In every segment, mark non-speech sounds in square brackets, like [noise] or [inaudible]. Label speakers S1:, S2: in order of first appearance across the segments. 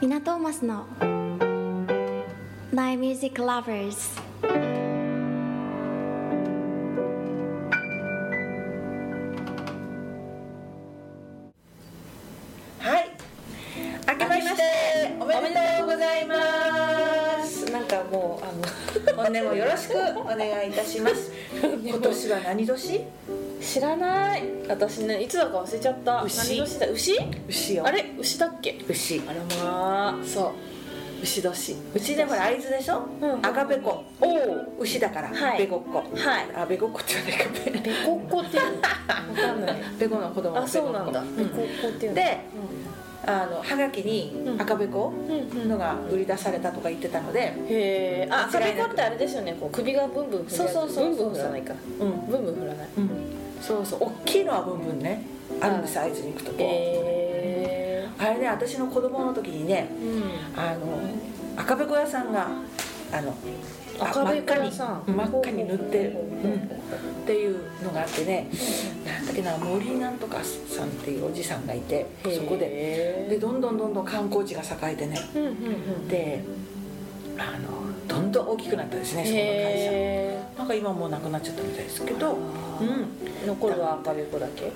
S1: ミナトーマスの My Music Lovers
S2: はい。明けましておめでとうございます。なんかもうあの本年もよろしくお願いいたし
S3: [laughs]
S2: ます。今年は何年？
S3: 知らない私ねいつだか忘れちゃった
S2: 牛
S3: 何年だ牛
S2: 牛よ。
S3: あ？れ牛だっけ
S2: 牛。
S3: あらまあそう牛年
S2: 牛でほら会津でしょ？
S3: うん
S2: 赤べこ。おお。牛だから。
S3: はい
S2: べこっこ。
S3: はい
S2: あべこっこって言わないかべ。
S3: ペコッコっていうの分か
S2: [laughs]
S3: んない
S2: べこの子供。
S3: あそうなんだ
S2: べこ
S3: ペ
S2: っこ
S3: コッコっていううんの
S2: で、あのはがきに赤べこ
S3: うんうん
S2: のが売り出されたとか言ってたので、
S3: へえあ赤べこってあれですよねこう首がブンブン振るやつ
S2: そうそうそうそう
S3: ブンブン振らないか
S2: うん。
S3: ブンブン振らない
S2: うん。そうそう。大きいのはブンブンね。あるんです会津に行くとこ。
S3: へえ
S2: あれね私の子供の時にね
S3: うん
S2: あの赤べこ屋さんがあのあ
S3: 赤べこ屋
S2: 真
S3: さ
S2: っ赤
S3: ん
S2: に真っ赤に塗ってる、
S3: ほうほう
S2: う
S3: ほうんほう
S2: っていうのがあってねなんだっけな森なんとかさんっていうおじさんがいて
S3: へえ
S2: そこででどんどんどんどん観光地が栄えてね
S3: うんうんうん
S2: であのどんどん大きくなったですねそこの会社
S3: へえ
S2: なんか今もうなくなっちゃったみたいですけどう
S3: うん残るは赤べこだけ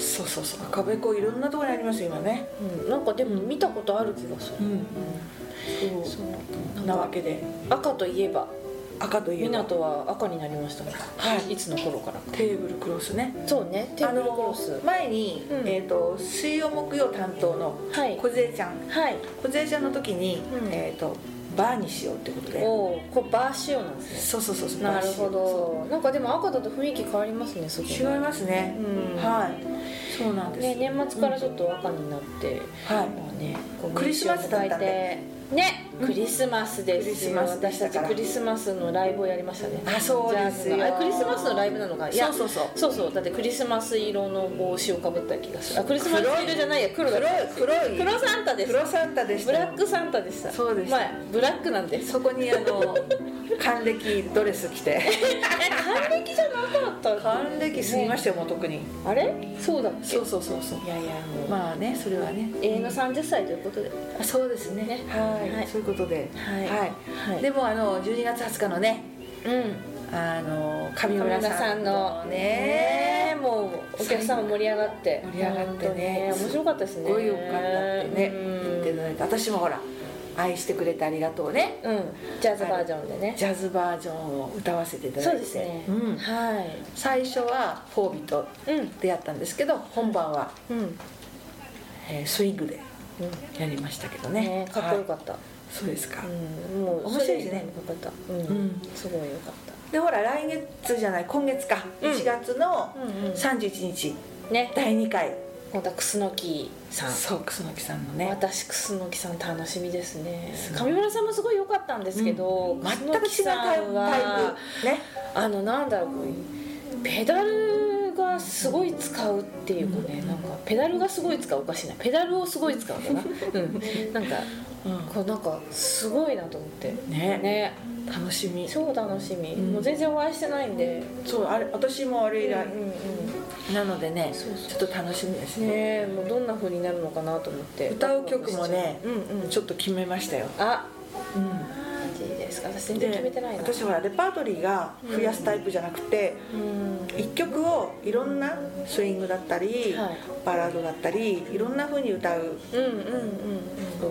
S2: そうそうそう赤べこいろんなところにありますよ今ね
S3: うんなんかでも見たことある気がする
S2: うん
S3: そ
S2: そうう
S3: な
S2: なんわ
S3: か
S2: けで
S3: 赤といえば
S2: 赤という
S3: 湊は赤になりましたね
S2: はい
S3: いつの頃からか
S2: テーブルクロスね
S3: そうねテーブルクロス
S2: あの前に、
S3: うん
S2: えー、と水曜木曜担当の
S3: はい
S2: 小杖ちゃん
S3: はい
S2: 小杖ちゃんの時に、
S3: うん
S2: えー、とバーにしようってことで
S3: おおこれバー仕様なんです
S2: そうそうそうそう
S3: ねなるほ
S2: バーしよ
S3: どなんかでも赤だと雰囲気変わりますねすご
S2: う
S3: い
S2: そう違いますね
S3: う、ん
S2: はいそうなんです、
S3: ね年末からちょっと赤になって
S2: はい
S3: まあねこう
S2: クリスマスだったんで
S3: ねクリスマスです
S2: ク
S3: よ
S2: リスマスで
S3: 私
S2: した
S3: たち
S2: から
S3: クリスマスのライブをやりましたね
S2: あそうです
S3: ジャズのあ
S2: よ
S3: れクリスマスのライブなのかいや
S2: そうそうそう
S3: そうそうだってクリスマス色の帽子をかぶった気がするあクリスマス色じゃないや黒だ
S2: 黒い黒い
S3: 黒サンタです
S2: 黒サンタでし
S3: ブ
S2: た
S3: ラックサンタでした
S2: そうです
S3: まあブラックなんです
S2: そこにあの還暦ドレス着て
S3: 還暦じゃなかった
S2: 還暦過ぎましたよもう特に
S3: あれそうだっけ
S2: そうそうそうそう
S3: いやいやもう、まあ、
S2: まあねそれはね
S3: 永遠の30歳ということで
S2: あそうですね
S3: ね
S2: はい、
S3: はい
S2: そういうことで
S3: は
S2: はいい、
S3: はい
S2: でもあの12月20日のね
S3: うん
S2: あの上村さん
S3: の
S2: ね
S3: ねもうお客さんも盛り上がって
S2: 盛り上がってね
S3: 本当面白かったです
S2: す
S3: ね
S2: ごいよかったってね
S3: うん
S2: 言っていただいて私もほら「愛してくれてありがとうね
S3: うんジャズバージョンで」ね
S2: ジャズバージョンを歌わせていただいて
S3: そうですね
S2: うん、
S3: は
S2: 最初はフォービート
S3: いうん
S2: でやったんですけど本番は、
S3: うん
S2: えースイングで
S3: うん
S2: やりましたけどね
S3: ねかっこよ
S2: は
S3: かった、
S2: いそうですか、
S3: うん、もう
S2: 面白いですね
S3: それ以外の方々うん、
S2: うん
S3: すごい良かった
S2: でほら来月じゃない今月か、
S3: うん
S2: 1月の
S3: うんうん
S2: 31日、
S3: ね
S2: 第2回
S3: また楠木さん
S2: そう楠木さんのね
S3: 私楠木さん楽しみですね
S2: すごい
S3: 上村さんもすごい良かったんですけど、
S2: 全く
S3: 楠木
S2: 違う
S3: さ
S2: タイプ
S3: んは
S2: ね
S3: あのなんだろうこうペダルがすごい使うっていうかね、なんかペダルがすごい使うおかしいなペダルをすごい使うんだな、
S2: [laughs]
S3: うん、なんかこうなんかすごいなと思って
S2: ね
S3: ね
S2: 楽しみ
S3: 超楽しみ、
S2: ん
S3: もう全然お会いしてないんで、
S2: そうあれ私もあれ以来
S3: うんうんうん
S2: なのでね
S3: そうそう
S2: ちょっと楽しみですね
S3: ねえもうどんな風になるのかなと思って
S2: 歌う曲もね
S3: うんうん
S2: ちょっと決めましたよ、
S3: あ
S2: うん、
S3: マジですか私全然決めてないな
S2: 私はレパートリーが増やすタイプじゃなくて、
S3: うん
S2: 一曲をいろんなスイングだったり、
S3: はい
S2: バラードだったりいろんな風に歌う
S3: うんうん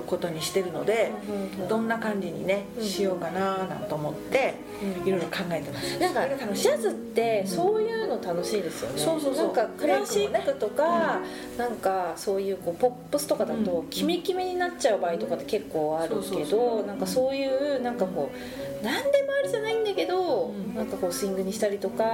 S2: ことにしてるので、
S3: うんうん
S2: どんな感じにね、
S3: うん
S2: しようかななんて思って、
S3: うん
S2: いろいろ考えてます
S3: なん
S2: それが
S3: か
S2: 楽し
S3: ジ
S2: い
S3: ャズってそういうの楽しいですよね、
S2: そうそうそう
S3: なんかクラシックとか、なんかそういうこうポップスとかだ
S2: う
S3: と
S2: ん
S3: キメキメになっちゃう場合とかって結構ある
S2: そうそ
S3: け
S2: うそ
S3: どなんかそういうなんかこう何でもありじゃないんだけど、
S2: うん
S3: なんかこうスイングにしたりとか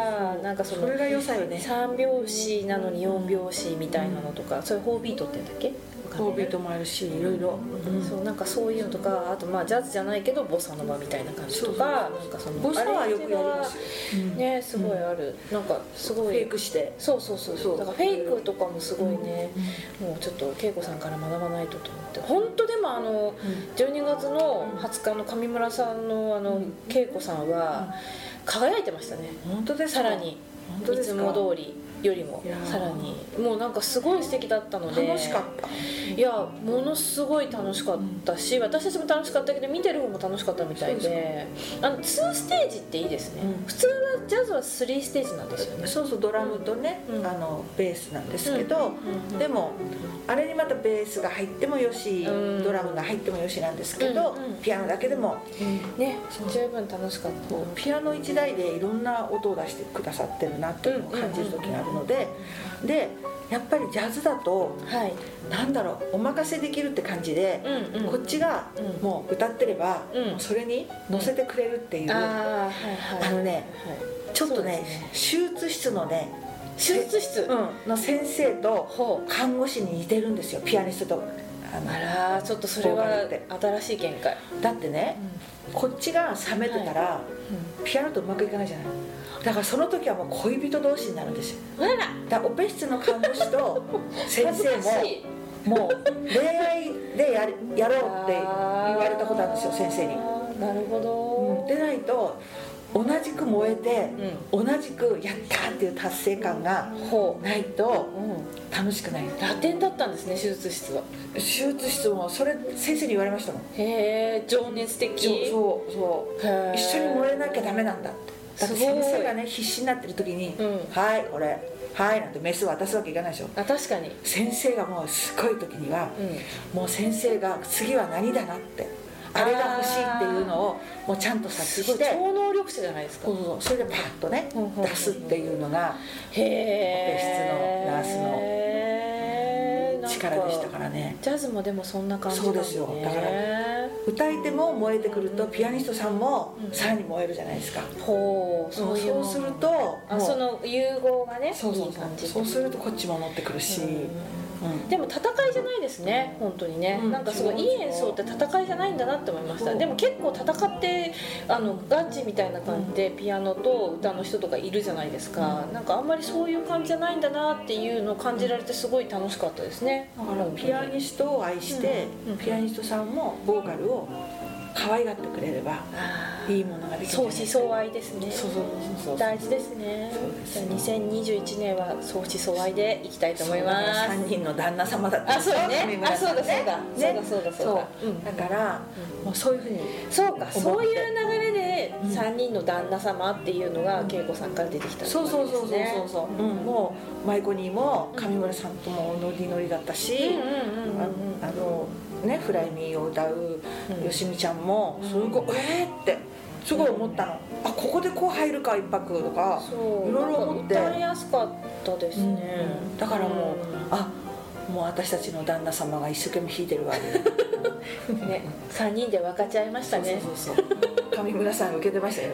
S3: なんかそ
S2: そ
S3: の
S2: れが良さよね
S3: 3拍子なのに4拍子みたいなのとか、それ4ビートって言うんだっけ
S2: フォービートもあるしいろいろ、うん
S3: そうなんかそういうのとかあとまあジャズじゃないけどボサノバみたいな感じとかなんかその
S2: ボサはよくやりますよ、
S3: アレンジがねすごいある、なんかすご
S2: フ
S3: い
S2: ェイクして
S3: そうそうそう
S2: そう
S3: だからフェイクとかもすごいね、もうちょっと恵子さんから学ばないとと思って本当でもあの12月の20日の上村さんのあの恵子さんは輝いてましたね
S2: 本当ですか
S3: さらに
S2: 本当
S3: い
S2: で
S3: つ
S2: すか
S3: も通りよりも
S2: いやー
S3: さらにもうなんかすごい素敵だったので
S2: 楽しかった、
S3: いやものすごい楽しかったし私たちも楽しかったけど見てる方も楽しかったみたい
S2: そう
S3: であの2ステージっていいですね、
S2: うん
S3: 普通はジャズは3ステージなんですよね、
S2: そうそうドラムとね、
S3: うん
S2: あのベースなんですけど、
S3: うん
S2: でもあれにまたベースが入ってもよし、
S3: うん
S2: ドラムが入ってもよしなんですけど、
S3: うんうん
S2: ピアノだけでも
S3: ね
S2: そう
S3: 十分楽しかった
S2: こうピアノ1台でいろんな音を出してくださってるなっていうのを感じる時があるので、でやっぱりジャズだと
S3: はい
S2: なんだろうお任せできるって感じで、
S3: うんうん
S2: こっちが
S3: うん
S2: もう歌ってれば、
S3: うん
S2: もうそれに乗せてくれるっていう、
S3: あ
S2: あ
S3: あはいはい
S2: のね
S3: はい
S2: ちょっとね
S3: そうで
S2: 手術室のね、
S3: 手術室、
S2: うん、の先生と
S3: ほう
S2: 看護師に似てるんですよピアニストとあの
S3: あらーちょっとそれ
S2: ボーカ
S3: は
S2: ルって
S3: 新しい見解、
S2: だってねこっちが冷めてたら、ピアノとうまくいかないじゃないだからその時はもう恋人同士になるんですよ
S3: あら
S2: だからオペ室の看護師と先
S3: 恥ず
S2: 生
S3: かし
S2: も
S3: い
S2: もう恋愛でやりやろうって言われたことあるんですよ先生に、
S3: になるほ
S2: でないと同じく燃えて、同じくやったっていう達成感が
S3: ど、ほ
S2: ないと
S3: う、うん、
S2: 楽しくない
S3: ラテンだったんですね手術室は
S2: 手術室もそれ先生に言われましたもん
S3: へえ情熱的
S2: そうそうそう
S3: へー
S2: 一緒に燃えなきゃダメなんだってだって
S3: すご
S2: 先
S3: い
S2: 生がね必死になってる時に「
S3: うん
S2: はいこれはい」なんてメス渡すわけいかないでしょ
S3: あ確かに
S2: 先生がもうすごい時には、
S3: う
S2: もう先生が次は何だなってあれが欲しいっていうのをもうちゃんと察
S3: す
S2: 知
S3: ごい
S2: して
S3: 超能力者じゃないですか
S2: そうそうそうそれでパッとね
S3: うんうんうん
S2: 出すっていうのが
S3: へえ
S2: オペ室のナースの
S3: へー
S2: 力でしたかららね
S3: ジャズもでもそんな感じなん
S2: そうですよだから
S3: ね
S2: 歌い手も燃えてくるとピアニストさんも
S3: うん
S2: さらに燃えるじゃないですか
S3: ほう
S2: そ
S3: そうういうもん
S2: するとも
S3: あ
S2: う
S3: その融合がね
S2: そうそう
S3: いい
S2: そう
S3: 感じ
S2: そうするとこっちも乗ってくるし、うん
S3: でも戦いじゃないですね本当にね、
S2: うん
S3: なんかすごいいい演奏って戦いじゃないんだなって思いました
S2: そう
S3: でも結構戦ってあのガチみたいな感じでピアノと歌の人とかいるじゃないですか、なんかあんまりそういう感じじゃないんだなっていうのを感じられてすごい楽しかったですね、
S2: だからピアニストを愛して、
S3: うんうん
S2: ピアニストさんもボーカルを可愛がってくれれば
S3: あー
S2: いいものができる
S3: 相思相愛ですね
S2: そうそうそうそう
S3: 大事ですね
S2: そうですね
S3: じゃあ2021年は相思相愛でいきたいと思います
S2: 3人の旦那様だった
S3: あそうだ
S2: 上
S3: ね
S2: 村
S3: あ
S2: さ
S3: そ
S2: ん
S3: うだそうだ、そうだそうだそうだ
S2: そう
S3: うん
S2: だから、もうそういうふうに
S3: そうか
S2: 思って
S3: そういう流れで
S2: うん
S3: 3人の旦那様っていうのが恵子さんから出てきたって
S2: そうそうそうそうそう
S3: そ
S2: そう、うん、もう舞子にも上村さんともノリノリだったし、
S3: うんうんうんうん
S2: ああのね「フライミー」を歌う
S3: うん
S2: よしみちゃんもすごい「えー!」ってすごい思ったの、あここでこう入るか一泊とか
S3: そう
S2: いろいろ思って
S3: なんか歌いやすかったですね、
S2: うんだからもう、
S3: ん
S2: あもう私たちの旦那様が一生懸命弾いてるわ
S3: ね3人で分かち合いましたね
S2: そうそうそう上村さん受けてました [laughs] よ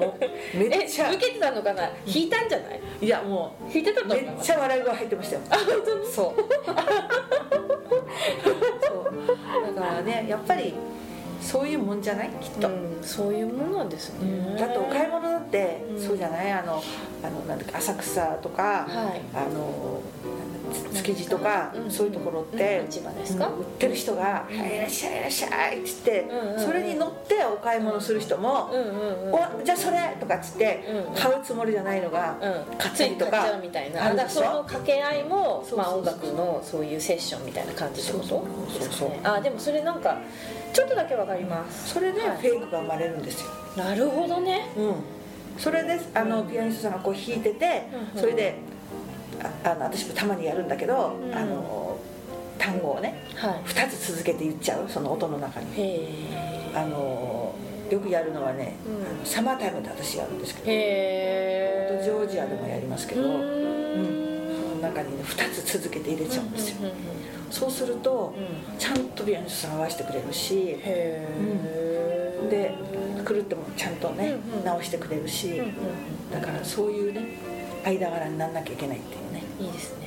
S2: もうめ
S3: え
S2: っちゃ
S3: 受けてたのかな弾いたんじゃない
S2: いやも
S3: 弾いてたと
S2: う
S3: 思
S2: め
S3: い
S2: っ
S3: ます
S2: ちゃ笑い声入ってましたよそうそうだからねやっぱりそういうもんじゃないきっと、
S3: うん、そういうものなんですね
S2: だってお買い物だって、
S3: うん
S2: そうじゃないあのあのなんだっけ浅草とか、
S3: はい
S2: あのつ築地とか、
S3: うん
S2: そういうところって、
S3: うん市場ですか
S2: うん売ってる人が「はいいらっしゃいいらっしゃい」っつって、
S3: うんうんうん
S2: それに乗ってお買い物する人も
S3: うんうん
S2: 「
S3: うん
S2: おじゃあそれ!」とかっつって、
S3: うん
S2: 買うつもりじゃないのが、
S3: うん、
S2: 買ったりとか
S3: つい買っちゃうみたいな
S2: あ
S3: あ
S2: る
S3: だ
S2: で
S3: か
S2: しょ
S3: らその掛け合いも
S2: そうそうそう
S3: まあ、音楽のそういうセッションみたいな感じってこと
S2: そうそうそうそう
S3: ですかねあでもそれなんかちょっとだけわかります
S2: それで
S3: はい
S2: フェイクが生まれるんですよ、
S3: なるほどね
S2: それであの、
S3: うん
S2: ピアニストさんがこう弾いてて、
S3: うん
S2: それでああの私もたまにやるんだけど、
S3: うん
S2: あの単語をね
S3: はい
S2: 2つ続けて言っちゃうその音の中に。
S3: へ
S2: あのよくやるのはね、
S3: うん
S2: あのサマータイムで私やるんですけ
S3: え
S2: ど、
S3: へえ
S2: ジョージアでもやりますけ
S3: う
S2: ど、
S3: ー
S2: そ
S3: ん
S2: の中にね2つ続けて入れちゃうんですよ、
S3: うんうん
S2: そうすると、
S3: うんうん
S2: ちゃんとビアニストさん合わせてくれるし
S3: へえ、
S2: で狂ってもちゃんとね、
S3: うんうん
S2: 直してくれるし、
S3: うん
S2: だからそういうね間柄にならなきゃいけないっていうね、
S3: うん、いいですね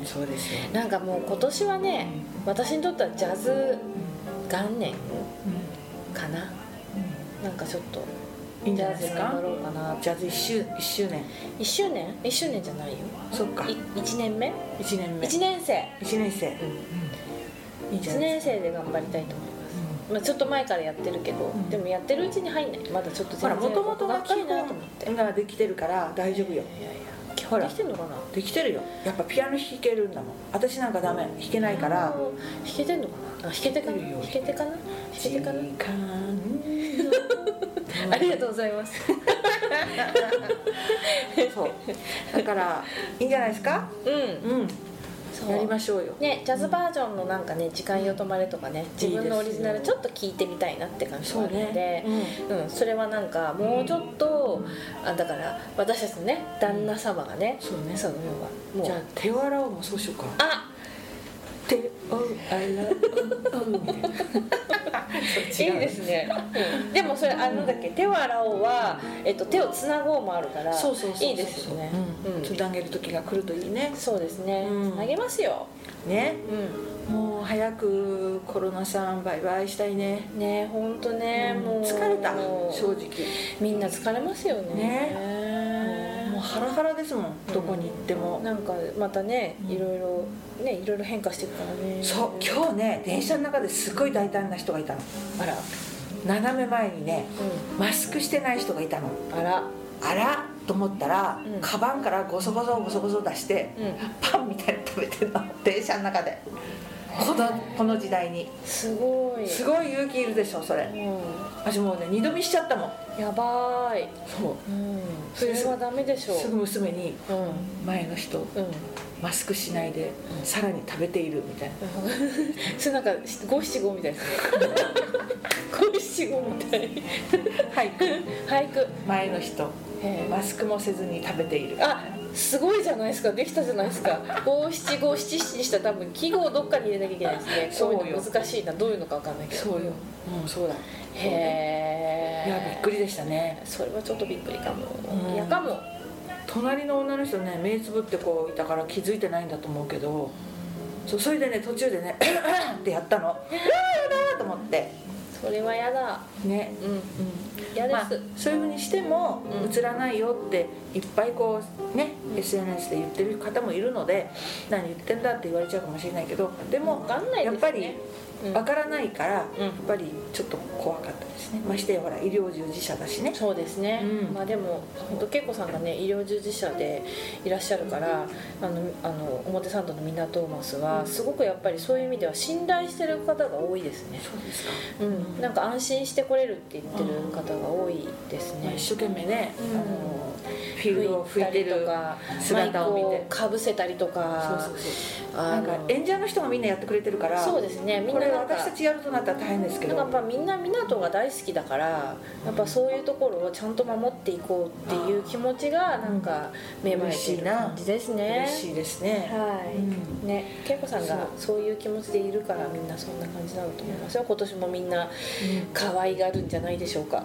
S2: うん、そうですよ、
S3: なんかもう今年はね私にとってはジャズ元年かななんかちょっと
S2: いいんじゃないです
S3: ジャズ頑張
S2: か
S3: ろうかな
S2: ジャズ1周 ,1 周年
S3: 1周年1周年じゃないよ
S2: そっか
S3: い1年目
S2: 1年目
S3: 1年生
S2: 1年生、いいじゃ
S3: 1
S2: ないで
S3: 年
S2: す
S3: 生で頑張りたいと思います、まあ、ちょっと前からやってるけど、
S2: ん
S3: でもやってるうちに入んないまだちょっと
S2: かほらもともと
S3: が
S2: が
S3: っか
S2: 基
S3: りなと思ってい
S2: 本ができてるから大丈夫よ
S3: やいや今
S2: ほら
S3: できてんのかな
S2: できてるよやっぱピアノ弾けるんだもん私なんかダメ弾けないから
S3: 弾けてんのかなあ弾けてかな
S2: 弾けるよ
S3: 弾けてかな弾けてかな
S2: 時間
S3: ありがとうございます
S2: そうだからいいんじゃないですか
S3: うん
S2: うん
S3: そう
S2: やりましょうよ
S3: ね、ジャズバージョンのなんかね「時間よ止まれ」とかね自分のオリジナル
S2: いいで
S3: ち
S2: す
S3: ょっと聞いてみたいなって感じがあるので
S2: うん
S3: うん、それはなんかもうちょっと、あだから私たちのね旦那様がね、
S2: そうね
S3: その要はもう
S2: じゃあ手を洗おうもそうしようか
S3: あ
S2: 手を洗おうみたいな
S3: いいですね、うんでもそれあのだっけ手を洗おうは、えっと、手をつなごうもあるから
S2: そうそうそうそうい
S3: いですよね、うん
S2: つなげる時が来るといいね
S3: そうですね、
S2: うん
S3: つなげますよ、
S2: ね
S3: う
S2: もう早くコロナさんバイバイしたいね
S3: ん、ね本当ね、もう
S2: 疲れた正直
S3: みんな疲れますよね
S2: もうハラハラですもんどこに行っても
S3: なんかまたね
S2: うん
S3: いろいろねいろいろ変化していくからね
S2: そう今日ね電車の中ですごい大胆な人がいたの
S3: あら、
S2: 斜め前にねマスクしてない人がいたの
S3: うん、あら
S2: あらと思ったら、
S3: うん
S2: カバンからゴソゴソゴソゴソ出して、
S3: うん
S2: パンみたいに食べてるの電車の中でこのこの時代に
S3: すごい
S2: すごい勇気いるでしょそれ
S3: う
S2: 私もうね二度見しちゃったもん
S3: ん、やばーい、
S2: そう
S3: うん、それはダメでしょう
S2: すぐ娘に
S3: うんうん
S2: 前の人
S3: うん [laughs]
S2: マスクしないでさらに食べているみたいな
S3: それなんか五七五み
S2: [laughs]
S3: たいな五七五みたい
S2: はい
S3: 俳句、
S2: 前の人
S3: え
S2: マスクもせずに食べている
S3: えあすごいじゃないですかできたじゃないですか五七五七七にしたら多分記号をどっかに入れなきゃいけないですね
S2: [laughs] そうよ
S3: こういうの難しいなどういうのかわかんないけど
S2: そうようんそうだ
S3: へえ
S2: いやびっくりでしたね
S3: それはちょっとびっくりかも、
S2: うん
S3: いやかも
S2: 隣の女の人ね目つぶってこういたから気づいてないんだと思うけどそうそれでね途中でね [clears throat] ってやったのうわーやだーと思って
S3: それはやだ
S2: ね
S3: うん
S2: うん
S3: 嫌です、
S2: まあ、そういうふうにしても
S3: うん
S2: 映らないよっていっぱいこうね、SNS で言ってる方もいるので何言ってんだって言われちゃうかもしれないけどでも
S3: わかんないですね
S2: やっぱり
S3: うん
S2: わからないから、
S3: うん
S2: やっぱりちょっと怖かったですねましてやほら医療従事者だしね
S3: そうですね、
S2: うん
S3: まあでも本当恵子さんがね医療従事者でいらっしゃるからあのあの表参道のミナトーマスはすごくやっぱりそういう意味では信頼してる方が多いですね、
S2: そうですか、
S3: うん、なんか安心して来れるって言ってる方が多いです
S2: まあ
S3: ね、
S2: 一生懸命ね、
S3: う
S2: あ
S3: ん
S2: のフィールドを拭いて
S3: 拭たり
S2: る
S3: とか
S2: 姿を見て
S3: マイクをかぶせたりと
S2: そう
S3: か
S2: そうそう
S3: あ
S2: なん
S3: の
S2: か演者の人がみんなやってくれてるから
S3: そうですねみん
S2: こ
S3: な
S2: れ
S3: なんか
S2: 私たちやるとなったら大変ですけ
S3: な
S2: ど
S3: んかやっぱみんな湊が大好きだからやっぱそういうところをちゃんと守っていこうっていう気持ちがなんか芽生えてる感じですね
S2: 嬉しいですね、
S3: はい、
S2: う
S3: ね恵子さんがそういう気持ちでいるからみんなそんな感じなんだと思いますよ今年もみんな可愛がるんじゃないでしょうか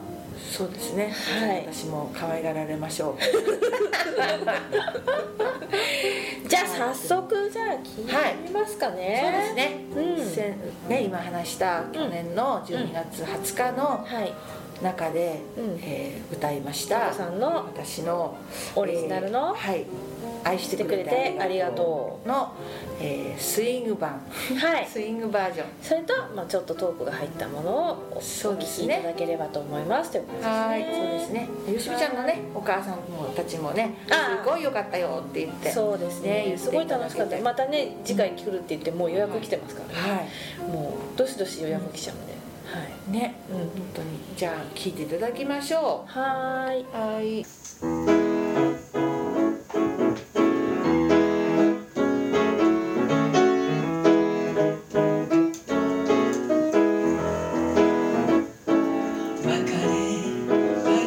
S2: そうですね、
S3: はい
S2: 私も可愛がられましょう
S3: じゃあ早速じゃあ聞いてみますかね、
S2: ね
S3: うん
S2: せんね今話した去年の12月20日の
S3: はい
S2: 中で、
S3: うん
S2: えー歌いまし
S3: 恵
S2: た
S3: 子さんの
S2: 私の
S3: オリジナルの
S2: えーはい愛してくれ
S3: して
S2: て
S3: くれて
S2: あ
S3: あ
S2: り
S3: り
S2: が
S3: が
S2: と
S3: と
S2: うの、えースイング版
S3: はい
S2: スイングバージョン
S3: それと、まあ、ちょっとトークが入ったものをお
S2: そう
S3: 聞
S2: です
S3: きい
S2: ね
S3: ただければと思いますということですね
S2: はいそうですねよしみちゃんのねお母さんもたちもね
S3: あー
S2: すごい良かったよって言って
S3: そうです
S2: ね
S3: ね
S2: 言って
S3: すごい楽しか
S2: いた
S3: った
S2: だけて
S3: またね次回来るって言ってもう予約来てますから、
S2: は
S3: もうどしどし予約来ちゃうんで、
S2: いね
S3: はい、う
S2: 本
S3: ん
S2: 当にじゃあ聞いていただきましょ
S3: はーいう
S2: はい
S4: 別れ間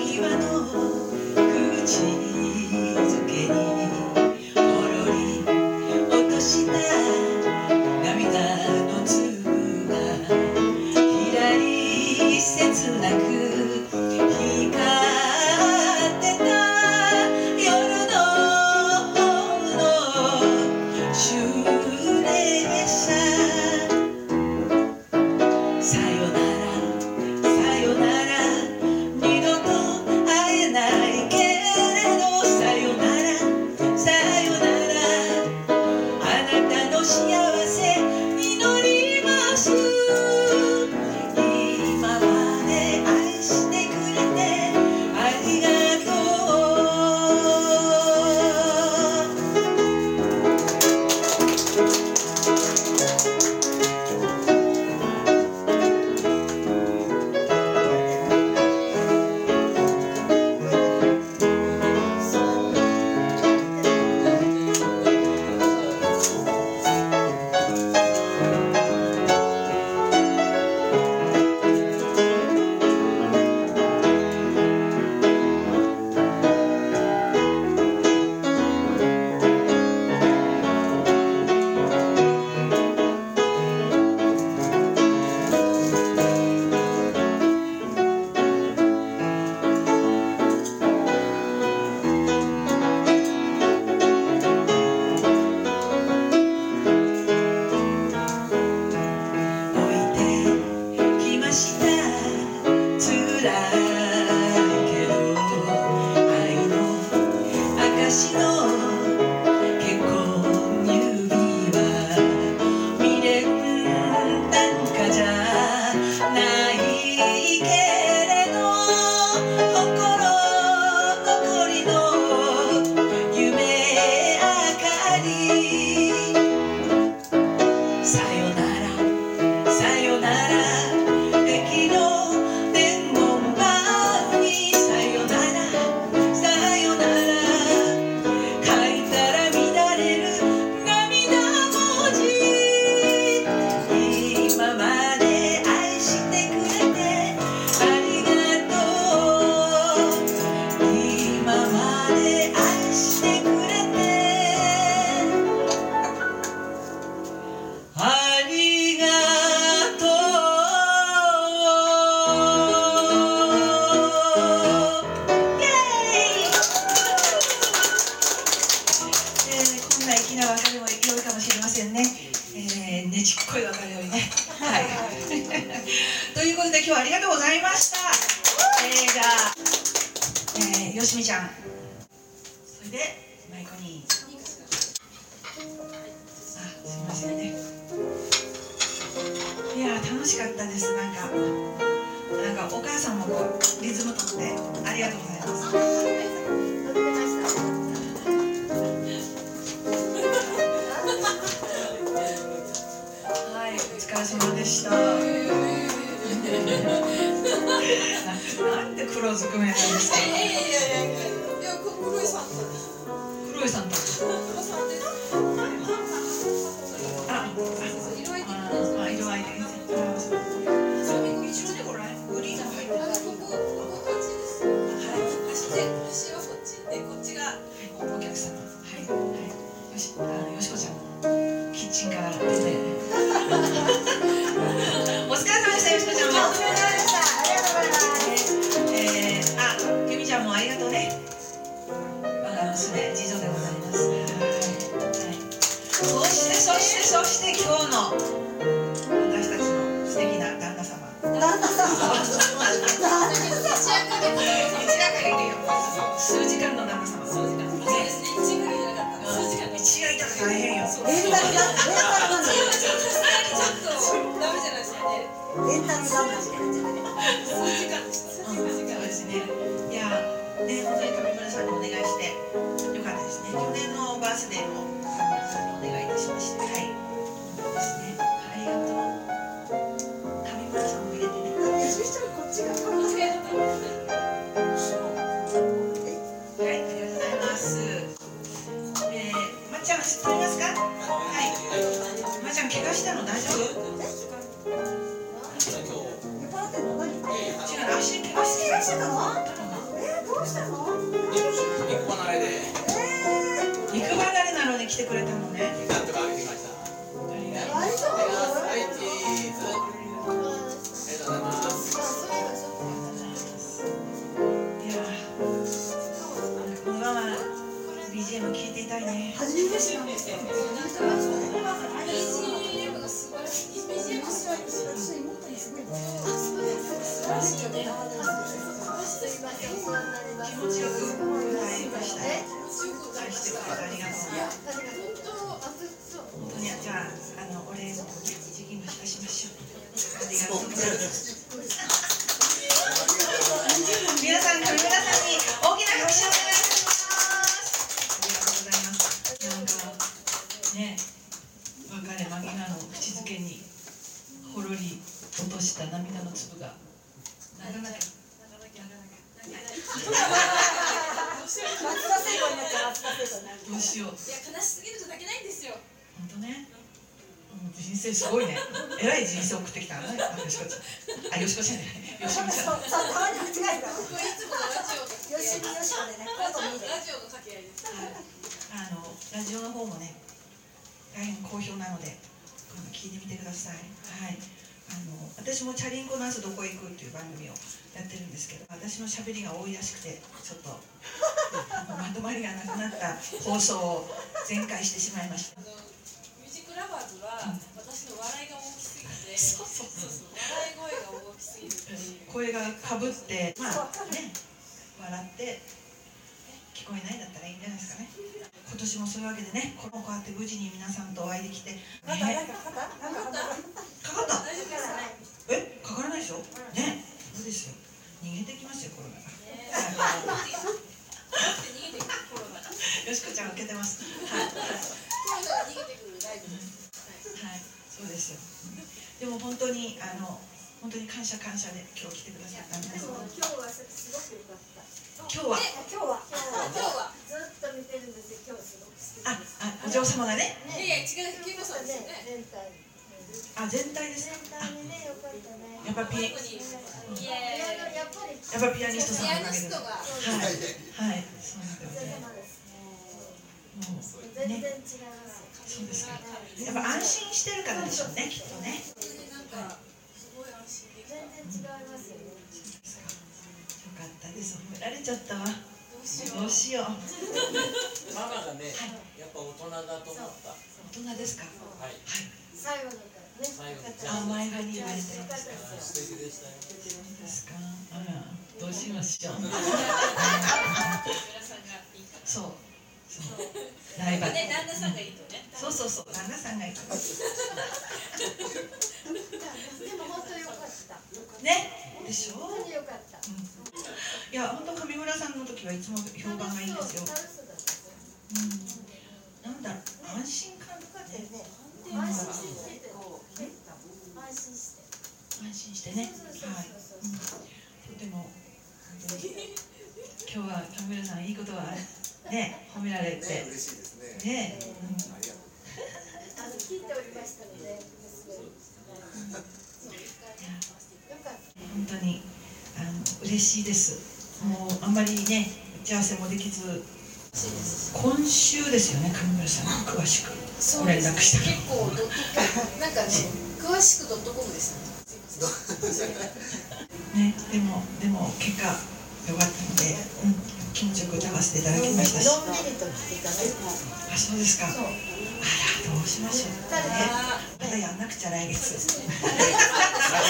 S4: 際の口づけにほろり落とした涙の粒がひらり切なく光ってたねちっこい分かるようにねはい [laughs] ということで今日はありがとうございましたえー、じゃあ、えー、よしみちゃんそれで舞子にあすいませんねいやー楽しかったですなんかなんかお母さんもこうリズムとってありがとうございますはい、お疲れ様でした。なんで黒ずくめなんですか。黒井さんと。あら、ああ色合いでいいですねお客様はいはいよしあよしこちゃんキッチンから出てお疲れ様でしたよしこちゃんもえー、あ、ゆみちゃんもありがとうね。我が娘、次女でございます。はい。はい。そして、そして、そして、今日の。私たちの素敵な旦那様。一夜限りよ。数時間の旦那様。数時間。一夜いたら大変よ。そうですね。いや、ね、本当に上村さんにお願いして。よかったですね。去年のバースデーも。上村さんにお願いいたしまして。はい。そうですね。ありがとう。上村さんも入れてね。はい、ありがとうございます。えー、まっちゃん、知ってますか。はい。まっちゃん、怪我したの大丈夫。違う、足怪我してたの。肉離れなのに来てくれたのね。ありがとう。いやー、このまま BGM 聞いていたいね。気持ちよく歌いました。愛してくれてありがとう。本当にじゃああのお礼の時期にいたしましょう。ありがとうございます。皆さん、上村さんに大きな拍手をお願いします。ありがとうございます。なんかね、別れ間際の口づけにほろり落とした涙の粒が流れない。どうしよう。本当ね。うん人生すごいね。えらい人生送ってきたな。あよしこちゃん。あ、よしこちゃんじゃない。よしみちゃん。あのラジオの方もね大変好評なので今度聞いてみてください。はい。あの私もチャリンコナスどこへ行くっていう番組をやってるんですけど、私の喋りが多いらしくてちょっと [laughs] まとまりがなくなった放送を全開してしまいました。
S5: ミュージックラバーズは私の笑いが大きすぎて、そうそうそう笑い声が大きすぎるっていう。
S4: 声がかぶってまあね笑って聞こえないんだったらいいんじゃないですかね今年もそういうわけでねこの子あって無事に皆さんとお会いできて、ね、かかった
S5: 大丈夫ですかね。
S4: えかからないでしょねそうですよ逃げてきますよコロナが
S5: ね
S4: は
S5: だって逃げてくるコロナ。コロ
S4: いよしこちゃん受けてますはい、
S5: ナが逃げてくる大丈夫です。
S4: はい、そうですよでも本当にあの本当に感謝感謝で今日来てくださったんです今日は
S5: 今日は
S4: ああお嬢様がね
S5: いやいや違うキムさんですよね。
S4: あ全体ですやっぱピ
S5: 最後にイエーイ。
S4: やっぱピアニストさん
S5: ピ
S4: の
S5: ア
S4: お
S5: ニ
S4: かげで
S5: スト
S4: はい、
S5: が
S4: はい、そうなんだよね。もうそうですか。やっぱ安心してるからでしょうね、きっとね。
S5: なんかすごい安心できた。ど
S4: よかったです。褒められちゃったわ。
S5: うしよ
S4: ど
S5: う。
S4: うしよう。
S6: ママがね、やっぱ大人だと思った。
S4: 大人ですか。はい。
S6: はい。
S7: 最後の歌
S4: あ前髪に言われてました
S6: 素敵でしたよ
S4: ですかあらどうしましょう
S5: 皆さんがいいか
S4: そうそうライバ
S5: ら
S4: ル
S5: ね旦那さんがいいとね
S4: そうそうそう旦那さんがいた
S7: でも本当良かった。
S4: ねでしょ
S7: 本当に良かった。
S4: いや本当上村さんの時はいつも評判がいいんですよ、
S7: 楽しそうだっ
S4: うん、
S7: た。
S4: なんだろう安心感とかで
S7: ね。安心してて。安心して。
S4: 安心してねはいとても本当に今日は上村さんいいことはね褒められて
S6: ね嬉しいですね
S4: ね
S6: ありがとう
S7: あの聞いておりましたので、すごい。良かった。
S4: 本当にあの嬉しいですもうあんまりね打ち合わせもできず今週ですよね上村さん詳しく
S8: そ
S4: ご
S8: う
S4: 連
S8: で
S4: 絡
S8: すね。
S4: したら
S8: 結構ドットコムなんかね、詳しくドットコムでしたね。
S4: ねでもでも結果良かったので、うん、気持ちよく歌わせていただきましたし
S8: のんびりと聞いたね。
S4: あそうですかあらどうしましょう
S7: 誰
S4: ねまだやんなくちゃ来月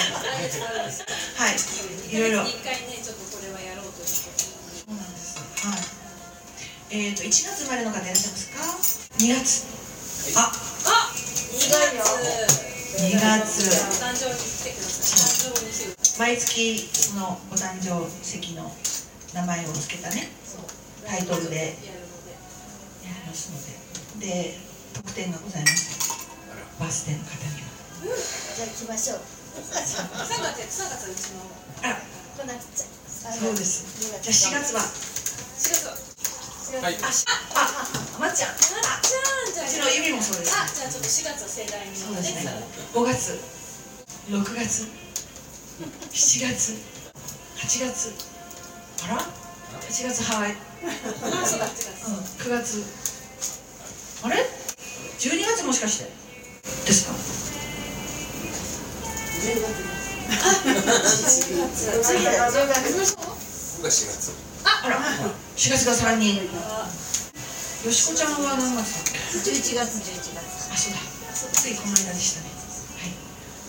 S4: はいいろいろ
S5: 一回ねちょっとこれはやろうと思って
S4: そうなんです。はい。えっ、と1月生まれの方いらっしゃいますか？2月。あ、
S8: 意外よ。
S4: 2月。
S5: お誕生日来てください誕生日にしてくだ
S4: 毎月そのお誕生石の名前を付けたね、タイトルでやり
S5: さいやるので
S4: ますので、で特典がございます。バースデーの方には。
S7: じゃあ行きましょう。
S5: 3月3月はうちの
S4: あら、
S7: 来なくちゃ。
S4: そうです。じゃあ4月は。
S5: 4月は
S6: はい
S4: あ、しあ、あまっちゃん。
S5: あ
S4: あ、
S5: じゃ
S4: う
S5: あ
S4: ち
S5: じゃ
S4: の
S5: あ
S4: ゆみもそうです。
S5: あじゃあちょっと4月は盛大に
S4: そうですね
S5: ね。
S4: 5月、6月、7月、8月、あら ?8 月ハワイ、うん、
S5: そうだ違う
S4: 9月、あれ ?12 月もしかしてですか
S6: 僕が4月
S4: あら、4月が3人。よしこちゃんは何月だっけ
S8: 十一月十一月。
S4: あ、そうだ。ついこの間でしたね。はい。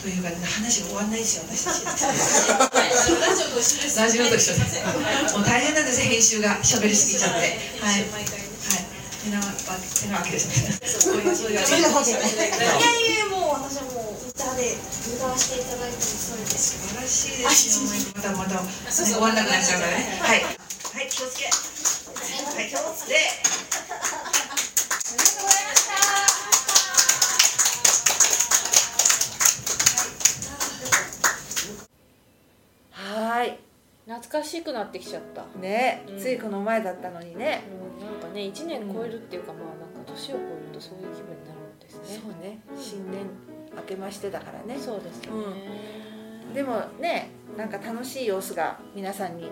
S4: という感じで話が終わんないですよ、私たち。
S5: ラジオと一緒です
S4: ラジオと一緒です。もう大変なんですよ、編集が。喋りすぎちゃって。は
S5: はいい。毎回
S4: はい。て
S5: ね
S4: なわてなわけですね。そういうそういうあれ
S8: それが本当に。
S7: いやいやもう私はもう歌で歌わせていただいてもすごいで
S4: 素
S7: す。
S4: 晴らしいですよ。またまた、ね、
S5: そうそ
S4: 終
S5: う
S4: わんなくなっちゃうからね。はい。はい、気をつけ。はい、気をつけ。
S2: はー
S3: 懐かしくなってきちゃった、
S2: いね
S3: うん
S2: ついこの前だったのにね
S3: うん、なんかね1年超えるっていうか、まあなんか年を超えるとそういう気分になるんですね
S2: そうね新年明けましてだからね
S3: そうですね、
S2: でもねなんか楽しい様子が皆さんに
S3: ね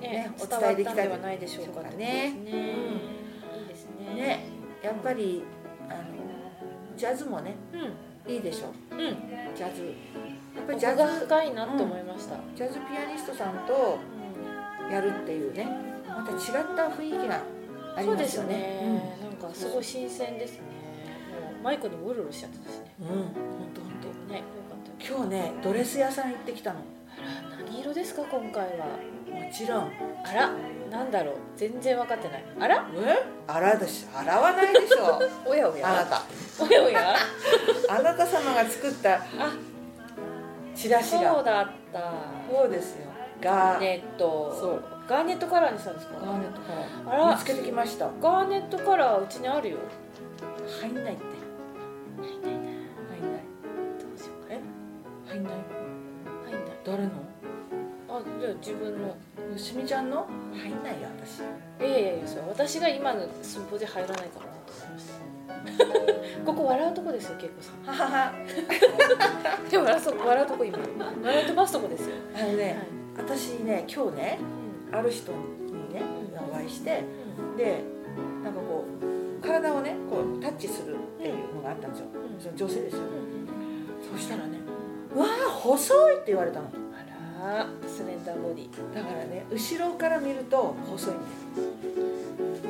S2: ね
S3: お伝えできたんではないでしょうか
S2: 伝わったん
S3: ね
S2: ではないでしょうかね
S3: いいですね
S2: ねやっぱりあのジャズもねいいでしょ
S3: うんうん
S2: ジャズやっぱり
S3: こ
S2: ジャ
S3: こが
S2: ズ
S3: 深いなと思いました、
S2: ジャズピアニストさんとやるっていうねまた違った雰囲気があり
S3: そう
S2: ま
S3: です
S2: よ
S3: すね
S2: ね、
S3: なんかすごい新鮮ですねもうマイクにもうるうるしちゃってたしね
S2: うんうん本当本
S3: ねよかったよ
S2: 当今日ねドレス屋さん行ってきたのも
S3: あら何色ですか今回は
S2: ちろん
S3: あらなんだろう全然分かってないあら
S2: え洗うでしょ洗わないでしょ
S3: お [laughs] やお
S2: あな
S3: や
S2: た
S3: おやおや
S2: あなた様が作った
S3: あ
S2: チラシ
S3: そう
S2: が
S3: だった
S2: そうですよが、
S3: ネット
S2: そう
S3: ガーネットカラーにしたんですか
S2: ガーネットカ
S3: あ
S2: ラー
S3: ら
S2: 見つけてきました
S3: ガーネットカラーうちにあるよ
S2: 入んないって
S3: 入んないな
S2: 入んない
S3: どうしようか
S2: え入んない
S3: 入んない
S2: 誰の
S3: あじゃあ自分の
S2: よしみちゃんの入んないよ私
S3: いやいやいやそれは私が今の寸法で入らないからだと思いますここ笑うとこですよ恵子さん
S2: ははは
S3: でも笑うとこ笑うとこ今笑う飛ばすとこですよ、
S2: あのね、
S3: はい
S2: 私ね今日ねある人にね
S3: うん
S2: お会いしてでなんかこう体をねこうタッチするっていうのがあったんですよ、
S3: ん
S2: その女性ですよ、
S3: うん
S2: そしたらね「わあ細い!」って言われたの
S3: あらスレンダーボディ
S2: だからね後ろから見ると細いんだよ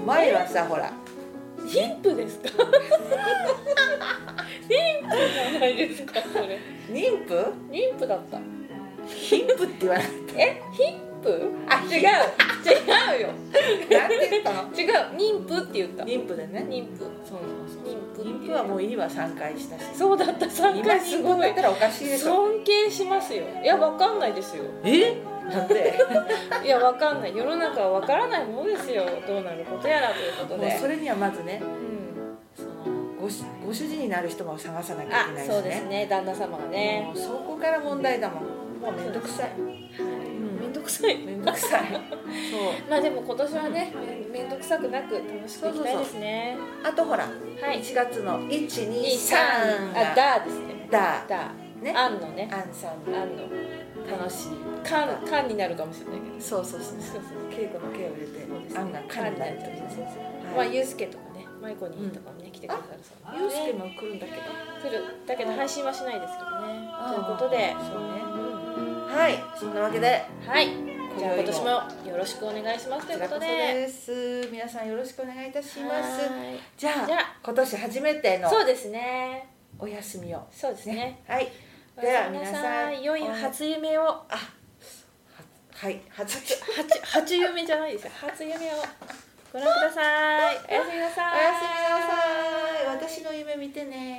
S2: 前はさほら
S3: [laughs] 貧富ですかじゃないですかそれ
S2: 妊婦
S3: 妊婦だった
S2: 妊婦って言わなくて
S3: え貧婦
S2: あ違う
S3: 違うよ
S2: 何て言ったの
S3: 違う妊婦って言った
S2: 妊婦だね
S3: 妊婦
S2: そうそうそう
S3: 妊婦
S2: 妊婦はもういいわ3回したし
S3: そうだった3
S2: 今
S3: 回
S2: 妊
S3: す
S2: 婦
S3: ご
S2: だっ
S3: い
S2: たらおかしいでしょ
S3: 尊敬しますよいやわかんないですよ
S2: えなんで
S3: いやわかんない世の中はわからないものですよどうなることやらということ
S2: [laughs] もう
S3: で
S2: それにはまずね
S3: う
S2: そ
S3: ん
S2: のごしご主人になる人も探さなきゃい
S3: あ
S2: けないしね
S3: そうですね旦那様が
S2: も
S3: ね
S2: うそこから問題だもんもうめんどくさい
S3: めんどくさい
S2: めんどくさいそう
S3: まあでも今年はねめんめんどくさくなく楽しくいきたいですね
S2: あとほら
S3: はい
S2: 1月の123
S3: 23あ
S2: だ
S3: だですね
S2: だ
S3: だ
S2: ね
S3: あんのね
S2: あんさん
S3: あ
S2: の
S3: んの
S2: 楽しい
S3: かんかんになるかもしれないけど
S2: そうそうそう
S3: そうそう
S2: 稽古の稽を入れてあんがかんだりとか
S3: そうそうそうま
S2: は
S3: あ
S2: い
S3: ゆうすけとかねまいこにとかもね、来てくださるそう
S2: ゆうすけも来るんだけど
S3: 来るだけど配信はしないですけどね
S2: あー
S3: ということで、
S2: そうね
S3: うん
S2: はいそんなわけで
S3: はいじゃあ
S2: 今
S3: 今
S2: 年
S3: 年
S2: も
S3: もよろしくお願いしますと
S2: こち
S3: いうこ
S2: らことそ
S3: で
S2: です皆さんよろしくお願いいたします
S3: は
S2: じゃあ
S3: じゃあ
S2: 今年初めて
S3: ーい
S2: の
S3: そうですね
S2: お休みを
S3: そうですね
S2: はい
S3: お
S2: では
S3: やすみ
S2: 皆
S3: な
S2: さ
S3: さ
S2: ん
S3: い良い初夢を
S2: あはい初
S3: 初初夢じゃないですよ初夢をご覧くださいおやすみなさい
S2: おやすみなさい私の夢見てね